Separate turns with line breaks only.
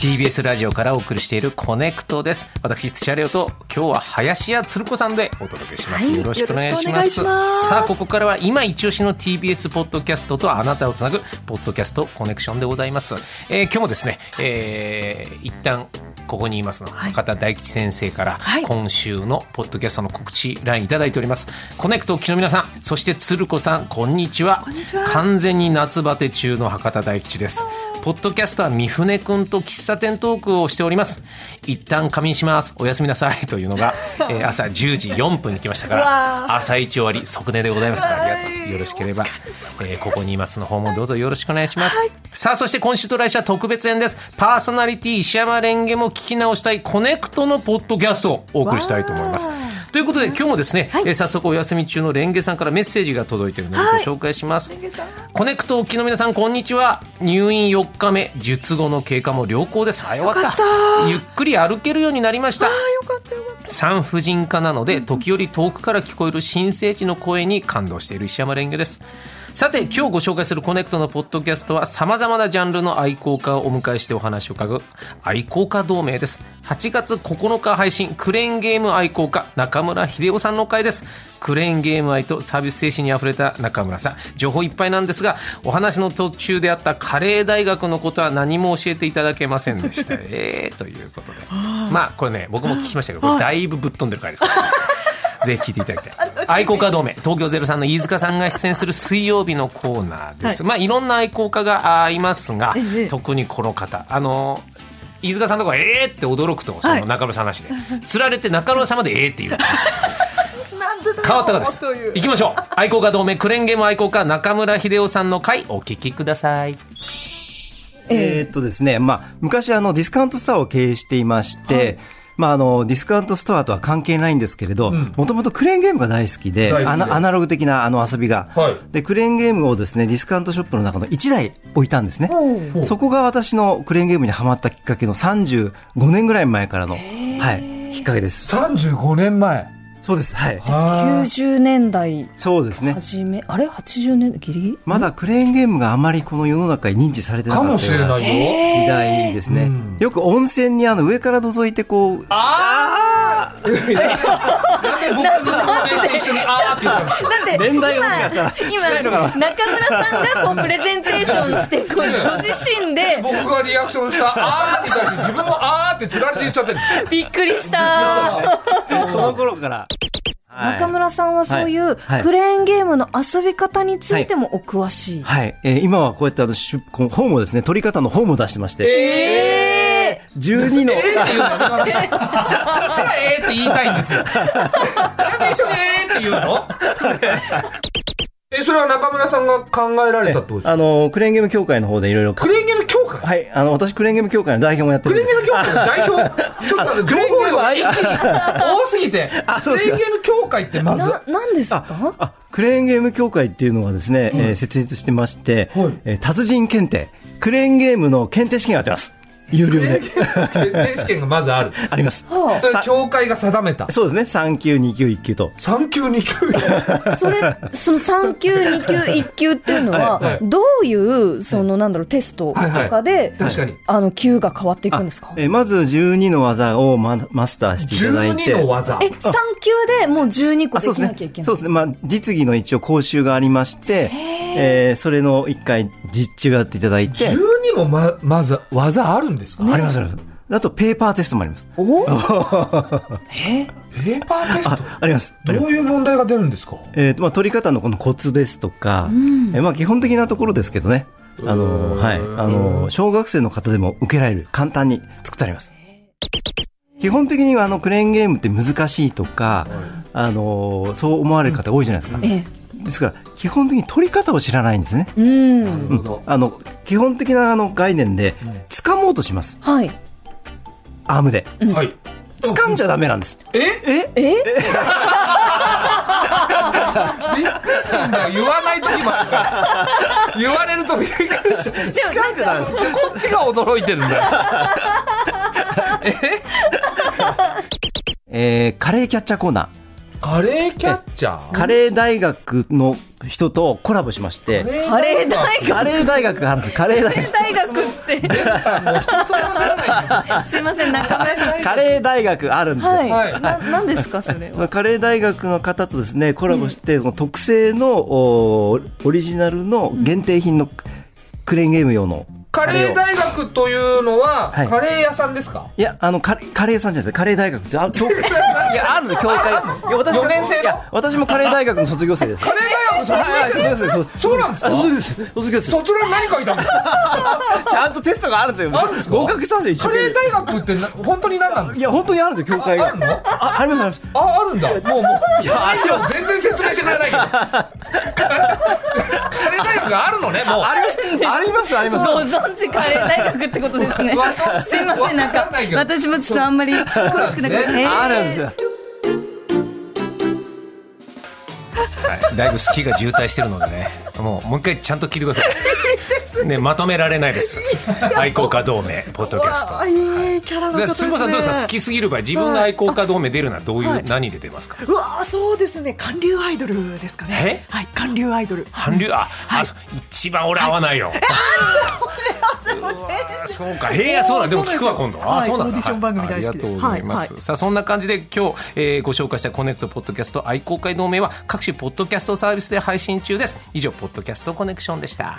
TBS ラジオからお送りしているコネクトです私土屋レオと今日は林家つる子さんでお届けします、
はい
よろしくお願いし
よ
ま
ろし
す
くお願いします
さあここからは今一押しの TBS ポッドキャストとあなたをつなぐポッドキャストコネクションでございます、えー今日もですね、えー一旦ここにいますの
はい
博多大吉先生から
はい
今週のポッドキャストの告知ラインいただいております、コネクト木の皆さんそしてつる子さんこんにちは
こんにちは
完全に夏バテ中の博多大吉ですポッドキャストは三船くんと喫茶店トークをしております一旦仮眠しますおやすみなさいというのが、 えー朝10時4分に来ましたか
うわ
ら
ー
朝一終わり即寝でございますありが
は
と
いう
よろしければ、えーここにいますの訪問どうぞよろしくお願いします、さあそして今週と来週は特別編ですパーソナリティ石山レンゲも聞き直したいコネクトのポッドキャストをお送りしたいと思います
わ
ということで今日もですね、
はい
えー早速お休み中のレンゲさんからメッセージが届いているのでご
はい
紹介します、
レンゲさん
コネクト沖の皆さんこんにちは入院4日目術後の経過も良好です早かった
よかった
ゆっくり歩けるようになりました
あよかったよかった
産婦人科なので時折遠くから聞こえる新生児の声に感動している石山レンゲですさて今日ご紹介するコネクトのポッドキャストは様々なジャンルの愛好家をお迎えしてお話を伺う愛好家同盟です8月9日配信クレーンゲーム愛好家中村秀夫さんの会ですクレーンゲーム愛とサービス精神にあふれた中村さん情報いっぱいなんですがお話の途中であったカレー大学のことは何も教えていただけませんでした えーということでまあこれね僕も聞きましたけどこれだいぶぶっ飛んでる 回ですからねぜひ聞いていただきたい愛好家同盟東京ゼロさんの飯塚さんが出演する水曜日のコーナーです、い、まあいろんな愛好家があーいますが、
ええ
特にこの方あの飯塚さんとかえーって驚くとそ
は
の
い
中村さんなしで、 つられて中村さんまでえーって言う
なんでだろう
変わったかです
という
行きましょう愛好家同盟クレーンゲーム愛好家中村秀夫さんの回お聞きください
えーっとですね、まあ、昔あのディスカウントストアを経営していまして、まあ、あの、ディスカウントストアとは関係ないんですけれど、もともとクレーンゲームが大好きで、
大好きで
あのアナログ的なあの遊びが、
はい
で、クレーンゲームをですね、ディスカウントショップの中の1台置いたんですね。そこが私のクレーンゲームにハマったきっかけの35年ぐらい前からの、はい、きっかけです。
35年前
そうです。はい。
あー
90年代
そうですね。
初め、あれ80年ギリギリ
まだクレーンゲームがあまりこの世の中に認知されてなか
か
ったよう
もしれないよ、
時代ですね、
うん
よく温泉にあの上から覗いてこう
なんで僕 の友達と一緒にあーって言ったんですよ
だって
年代もしかしたら近いのか
今中村さんがこうプレゼンテーションしてこうご自身 で
僕がリアクションしたあーに対して自分もあーってつられて言っちゃってる
びっくりした
なその頃から、はい
中村さんはそういう
はい
クレーンゲームの遊び方についてもお詳しい、
はい、えー今はこうやってあのしゅこの本をですね取り方の本も出してまして、
え
12の、
えーって言うのやめてもらっていいですかじゃあえーって言いたいんですよなんで一緒にえーって言うの
えそれは中村さんが考えられたってことですか
あのクレーンゲーム協会の方でいろいろ
クレーンゲーム協会
はいあの私クレーンゲーム協会の代表もやって
クレ
る
ー
ん
ン
で
ゲーム協会の代表ちょっと待って情報量が一気に多すぎて
あ
ク
そう
レ
ですか
ーンゲーム協会ってま
ー、
ず
ななんですか
あクレーンゲーム協会っていうのはですね、えー設立してまして、
はい
えー達人検定クレーンゲームの検定試験があってます有料で
決定試験がまずある
あります
は
それ
さ
協会が定めた
そうですね3級2級1級と
3級2級
あ、それその3級2級1級っていうのは
はいはい
どういうそのなんだろうテストとかで
確かに
あの級が変わっていくんですか
えーまず12の技をママスターしていただいて。
12の技
え、3級でもう12個
あ
で
そう
き
です
なきゃい
ね。
けない。
そうですね。まあ、実技の一応講習がありまして、えーそれの一回実中やっていただいて、
12もままず技あるんですか
あります、あります。あと、ペーパーテストもあります。
お
ペーパーテスト
あります。
どういう問題が出るんですか
えっ、と、まあ、取り方のこのコツですとか、えーまあ、基本的なところですけどね。あの、はい。あの、小学生の方でも受けられる、簡単に作ってあります。基本的には、あの、クレーンゲームって難しいとか、あの、そう思われる方多いじゃないですか。
ええ、
ですから基本的に取り方を知らないんですね。
うん。
なるほど
あの基本的なあの概念で掴もうとします。
はい。
アームで
はい
掴んじゃダメなんです。
え
え
びっくりするんだよ言わない時もあるから言われるとびっくりし
でもなんか、
こっちが驚いてるんだよ
えーカレーキャッチャーコーナー。
カレーキャッチャー
カレー大学の人とコラボしまして、
カレー大学
カレー大学があるんですカレー大学。
大学 ってすいません中村さん
カレー大学あるんですよ。
はい、
はい
ななんですかそれ
そ
は
のカレー大学の方とですねコラボして、その特製のおオリジナルの限定品のクレーンゲーム用の
カレー
を
大学というのは、
はい
カレー屋さんですか
いやあのカレカレーさんじゃないですカレー大学ってあ教 いやあるんですよ教会いや私も
四年生の
いや私もカレー大学の卒業生です
カレー
は
大学
いはい
卒業生
卒業生卒
そうなんですか
卒業生卒業生
卒論何書いたんです か
ちゃんとテストがあるんですよ
あるんですか
合格したんです
カ
よ一生
レ
懸
ー大学ってな本当に何なんで
命い
す
や
か
本当にあるんですよ教会
ああ
が
るの
あありますあります
あ、あるんだもうもう
いやあれは
全然説明してくれ ないけどカレー大学があるのねもう
ありますありますあり
ご
ます
存知カレー大学ってことですね
わかん
すいませんなん
わか
か
んないけど
私もちょっとあんまり詳しくなくて、えー
あるんですよ
はいだいぶ好きが渋滞してるのでねもうもう一回ちゃんと聞いてくださ いねまとめられないです愛好家同盟ポッドキャスト
あ、いいキャラの方
で
ですすね。
みさんどうですか好きすぎる場合自分の愛好家同盟出るのはどういう、
はい
何で出ますか
うわーそうですね韓流アイドルですかね
え
はい韓流アイドル
韓流あ、あそう一番俺合わないよ、あそうかへえあそうだでも聞くわ今度あ
はい
そうなんだ
オーディション番組大好き
ありがとうございま
は
す、
いは
さあそんな感じで今日、えーご紹介したコネクトポッドキャスト愛好会同盟は各種ポッドキャストサービスで配信中です以上ポッドキャストコネクションでした